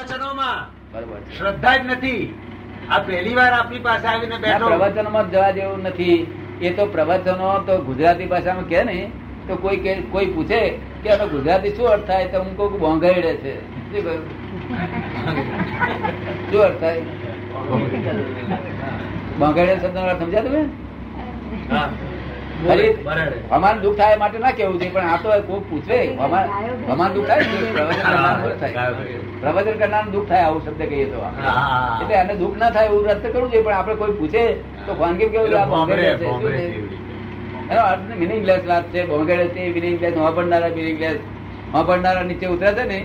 પ્રવચનોમાં બરોબર છે. શ્રદ્ધા જ નથી આ પહેલી વાર આપની પાસે આવીને ના, બેઠો પ્રવચનોમાં જ જવા જેવું નથી એ તો પ્રવચનો તો ગુજરાતી ભાષામાં કહે ને તો કોઈ કહે- કોઈ પૂછે કે આનો ગુજરાતી શું અર્થ થાય તો હું કહું કે ભોંગાઈડે છે શું કહ્યું? શું અર્થ થાય ભોંગાઈડે શબ્દનો અર્થ સમજ્યા તમે હા. ખરી? બરાબર. હમાન દુઃખ થાય એ માટે ના કેવું છે પણ આ તો કોઈ પૂછે હમાન હમાન દુઃખ થાય ને, પ્રવચન કરનારનું દુઃખ થાય પ્રવચન કરનારનું દુઃખ થાય આવું શબ્દ કહીએ તો આપણે. હા. એટલે આને દુઃખ ના થાય એવું રદ કરવું જોઈએ પણ આપણે કોઈ પૂછે તો ભાંગી કેવું છે? આ ભોંભરે, ભોંગેડે છે. શું ભોંભરે છે? જેવી રીતે. એનો અર્થ meaningless વાત છે ભોંગેડે છે meaningless, વાપરનારા meaningless. વાપરનારા નીચે ઉતરે છે ને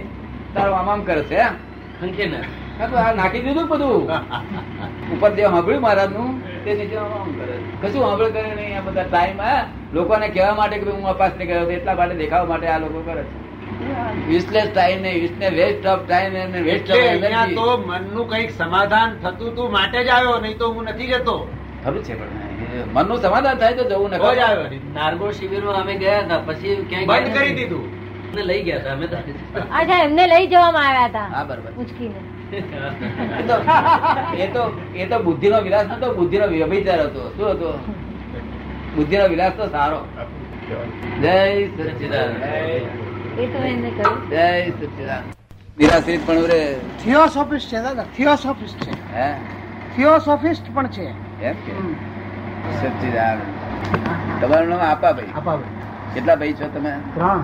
તારો આમ આમ કરે છે એમ. હા, તો આ નાખી દીધું બધું ઉપર જે સાંભળ્યું મહારાજનું, તે નીચે આમ આમ કરે છે. કશું સાંભળે કરે નહીં આ બધા time આ લોકોને કહેવા માટે કે ભઈ હું અપાસ નહીં કર્યો એટલા માટે દેખાવા માટે આ લોકો કરે છે યુઝલેસ ટાઈમ ને વેસ્ટ ઓફ ટાઈમ ને વેસ્ટ એટલે અહીંયા તો મનનું કંઈક સમાધાન થતું તું માટે જ આવ્યો નહીં તો હું નથી જતો ખરું છે પણ એ મનનું સમાધાન થાય તો જવું તો જ નથી આવ્યો નહીં. નાર્ગો શિબિરમાં અમે ગયા હતા પછી ક્યાંય બંધ ગયા કરી નથી. દીધું અમને લઈ ગયા હતા અમે તો. અચ્છા એમને લઈ જવામાં આવ્યા હતા હા બરાબર ઉચકીને એ તો- એ તો એ તો બુદ્ધિનો વિલાસ નતો બુદ્ધિનો વ્યભિચાર હતો શું હતો બુદ્ધિનો વિલાસ તો સારો જય સચ્ચિદાનંદ એ તો એમને કહ્યું જય સચ્ચિદાનંદ નિરાશ્રિત પણ રે થિયોસોફિસ્ટ છે દાદા થિયોસોફિસ્ટ છે હે થિયોસોફિસ્ટ પણ છે એમ કે સચ્ચિદાનંદ તમારું નામ આપા ભાઈ અપાવે કેટલા ભાઈ છો તમે ત્રણ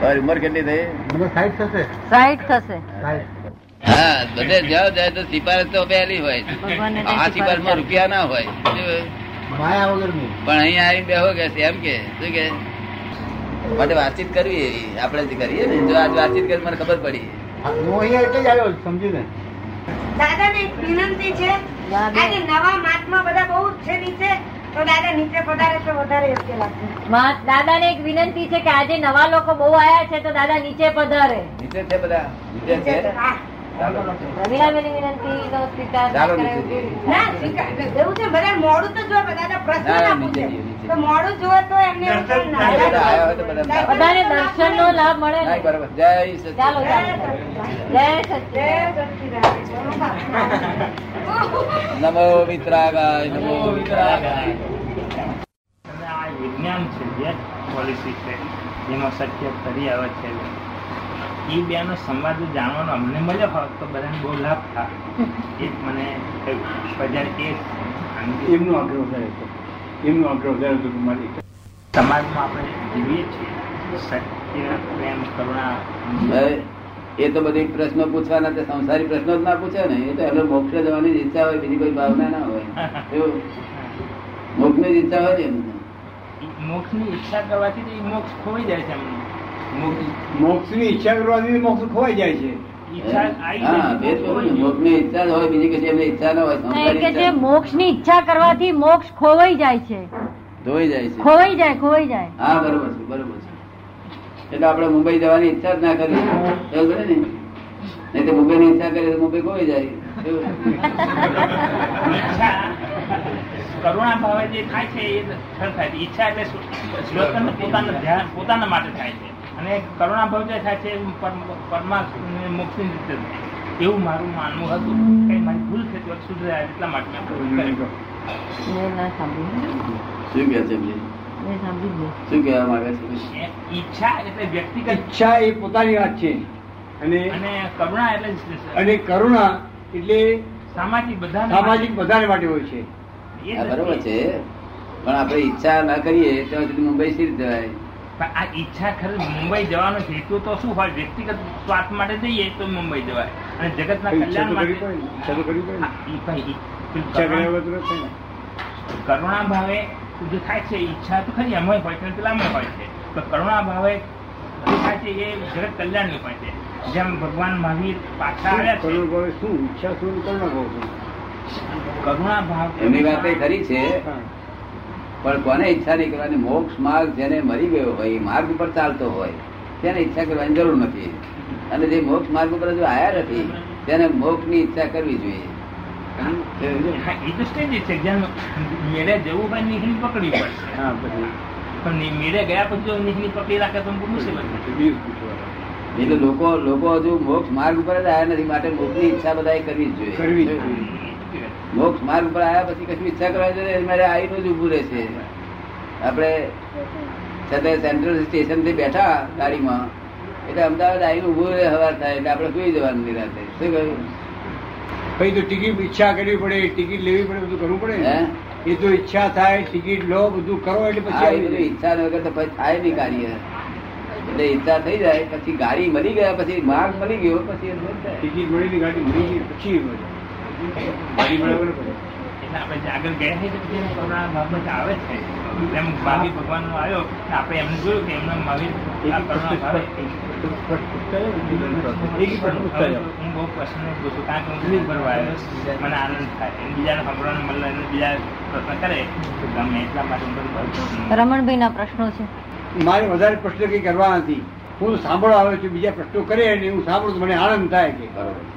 તમારી ઉંમર કેટલી થઈ મને સાઈઠ થશે સાઈઠ થશે હા બધે જ્યાં જાય તો સિફારસ તો પહેલી હોય ભગવાનને તે આ શીખવાડે. સિફારસ માં રૂપિયા ના હોય શું? માયા વગર નહીં પણ અહીં આવી બેહો કે છે, એમ કે શું કે માટે વાતચીત કરવી એવી આપણે જ કરીએ ને જો આજ વાતચીત કરી મને ખબર પડી હું અહીંયા એટલે જ આવ્યો સમજી ને દાદાને એક વિનંતી છે યા બે. આજે નવા મહાત્મા બધા બહુ જ છે નીચે તો દાદા નીચે પધારે તો વધારે યોગ્ય લાગશે મા- દાદાને એક વિનંતી છે કે આજે નવા લોકો બહુ આયા છે તો દાદા નીચે પધારે નીચે છે બધા નીચે છે હા. ચાલો રમીલાબેનની વિનંતીનો સ્વીકાર ના ચાલો કરાય નીચે જઈએ. એવું ના સ્વીકાર એવું છે બધા મોડું તો જોવે દાદા પ્રશ્ન ના, ના નીચે પૂછે જઈએ, નીચે. તો મોડું જોવે તો એમને એવું કેમ ના બધા આવ્યા હોય તો લાગે? બધા દર્શન બધાને દર્શન તો લાભ લાભ મળે મળે. ના, ને બરોબર જય ચાલો સચિદાનંદ. ચાલો જય સચિદાન જય સચ્ચિદાનંદ. બોલો બાપા. નમો મિત્રાગાય નમો મિત્રાગાય અને આ વિજ્ઞાન છે જે પોલિસી છે જેનો સત્ય ફરી આવે છે એ બેનો સંવાદ જાણવાનો અમને મળ્યો હોત તો બધાને બહુ લાભ થાય એ જ મને થયું. બજાર એ જ આનંદ. એમનો આગ્રહ થયો હતો એમનો આગ્રહ થયો હતો કે મારી સમાજમાં આપણે જીવીએ છીએ સત્ય પ્રેમ કરુણા હવે એ તો બધી પ્રશ્નો પૂછવાના તે સંસારી પ્રશ્નો જ ના પૂછે ને એ તો એનો મોક્ષ જવાની જ ઈચ્છા હોય બીજી કોઈ ભાવના ના હોય એવું મોક્ષની જ ઈચ્છા હોય ને એમને. ઈ મોક્ષની ઈચ્છા કરવાથી તો ઈ મોક્ષ ખોવાઈ જાય છે અમને મોક્ષ મોક્ષની ઈચ્છા કરવાથી મોક્ષ ખોવાઈ જાય છે ઈચ્છા આવી હા જાય બે છે, તો મોક્ષની ખોવાઈ જાય. ઈચ્છા જ હોય બીજી કશી એમને ઈચ્છા ના હોય ના, એ સંસારી કે જે ઈચ્છા મોક્ષની ઈચ્છા કરવાથી મોક્ષ ખોવાઈ જાય છે ધોઈ જાય છે ખોવાઈ જાય ખોવાઈ જાય હા બરોબર છે બરોબર છે એટલે આપણે મુંબઈ જવાની ઈચ્છા જ ના કરવી એવું પડે ને નહીં તો મુંબઈ ની ઈચ્છા કરીએ તો મુંબઈ કોઈ જાય એવું. ઈચ્છા કરુણા ભાવે જે થાય છે એ થર થાય છે ઈચ્છા એટલે શું? લોકોને પોતાના ધ્યાન પોતાના માટે થાય છે અને કરુણા ભાવ જે થાય છે એ પરમ- પરમાત્માને મોક્ષની રીતે થાય છે. એવું મારું માનવું હતું કઈ મારી ભૂલ થતી હોય સુધરે એટલા માટે મેં ભૂલ કરી. મેં ના સાંભળ્યું શું કે છે એમને? મેં સાંભળ્યું જ નહીં. શું કહેવા માંગે છે એ ઈચ્છા એટલે વ્યક્તિગત ઈચ્છા એ પોતાની વાત છે અને અને કરુણા એટલે અને કરુણા એટલે સામાજિક બધા સામાજિક બધાને માટે હોય છે હા, બરોબર છે પણ આપણે ઈચ્છા ના કરીએ ત્યાં સુધી મુંબઈ સી રીતે જવાય પણ આ ઈચ્છા ખરી મુંબઈ જવાનો હેતુ તો શું હોય વ્યક્તિગત સ્વાર્થ માટે જઈએ તો મુંબઈ જવાય અને જગતના ઈચ્છા કલ્યાણ તો કરવી પડે ને. ઈચ્છા તો કરવી પડે ને. માટે આ ઈ ભાઈ, ઈ ઈચ્છા કર્યા વગર તો થાય ને. કરુણા કરુણા ભાવે જે થાય છે ઈચ્છા તો ખરી એમાં હોય છે પેલામાં હોય છે તો કરુણા ભાવે જે થાય છે એ જગત કલ્યાણની હોય છે જેમ ભગવાન મહાવીર પાછા શું કરુણા ભાવે આવ્યા છે શું ઈચ્છા શું કરુણા ભાવ શું? કરુણા ભાવ એમની વાત એ ખરી છે હા. પણ કોને ઈચ્છા નહીં કરવાની મોક્ષ માર્ગ જેને મરી ગયો હોય એ માર્ગ ઉપર ચાલતો હોય તેને ઈચ્છા કરવાની જરૂર નથી અને જે મોક્ષ માર્ગ ઉપર હજુ આયા નથી તેને મોક્ષની ઈચ્છા કરવી જોઈએ હમ? હા, એ તો સ્ટેજ છે જ્યાં મેળે જવું હોય નીકળી પકડવી પડશે હા પછી પણ મેળે ગયા પછી જો નીકળી પકડી રાખે તો બહુ મુશ્કેલ છે બીજું પૂછવાનું. એટલે લોકો લોકો હજુ મોક્ષ માર્ગ ઉપર જ આવ્યા નથી માટે મોક્ષની ઈચ્છા બધાએ કરવી જ કરવી જ જોઈએ જોઈએ. મોક્ષ માર્ગ ઉપર આવ્યા પછી કશું ઈચ્છા કરવા જોઈએ મારે આવીને જ ઊભું રહેશે આપણે છતાં સેન્ટ્રલ સ્ટેશનથી બેઠા ગાડીમાં એટલે અમદાવાદ આવીને ઊભું રહે હવાર થાય એટલે આપણે સુઈ જવાનું નિરાતે શું કહ્યું પછી તો ટિકિટ ઈચ્છા કરવી પડે ટિકિટ લેવી પડે બધું કરવું પડે હે ને. એ તો ઈચ્છા થાય ટિકિટ લો બધું કરો એટલે પછી આ એ આવી બધું જાય. ઈચ્છા વગર તો પછી થાય નહીં કાર્ય એટલે ઈચ્છા થઈ જાય પછી ગાડી મળી ગયા પછી માર્ગ મળી ગયો પછી અનુભવ થાય. ટિકિટ મળીને ગાડી મળી ગઈ પછી એ બધું. ગાડી મળે પડે એટલે આપણે જે આગળ ગયા છીએ તો પછી એને કરુણા બાબત આવે જ છે એમ મહાવીર ભગવાન આવ્યો ને આપણે એમને જોયું કે એમને મહાવીર આ કરુણા ભાવે. હું બહુ પ્રસન્ન છું કારણ કે હું ખુદ ભરવા આવ્યો છું. મને આનંદ થાય એમ બીજાને સાંભળવાનું મળે અને બીજા પ્રશ્ન કરે તો ગમે એટલા માટે હું બધું ભરું છું. રમણભાઈ ના પ્રશ્નો છે મારે વધારે પ્રશ્ન કઈ કરવા નથી હું સાંભળવા આવ્યો છું બીજા પ્રશ્નો કરે અને હું સાંભળું તો મને આનંદ થાય કે બરોબર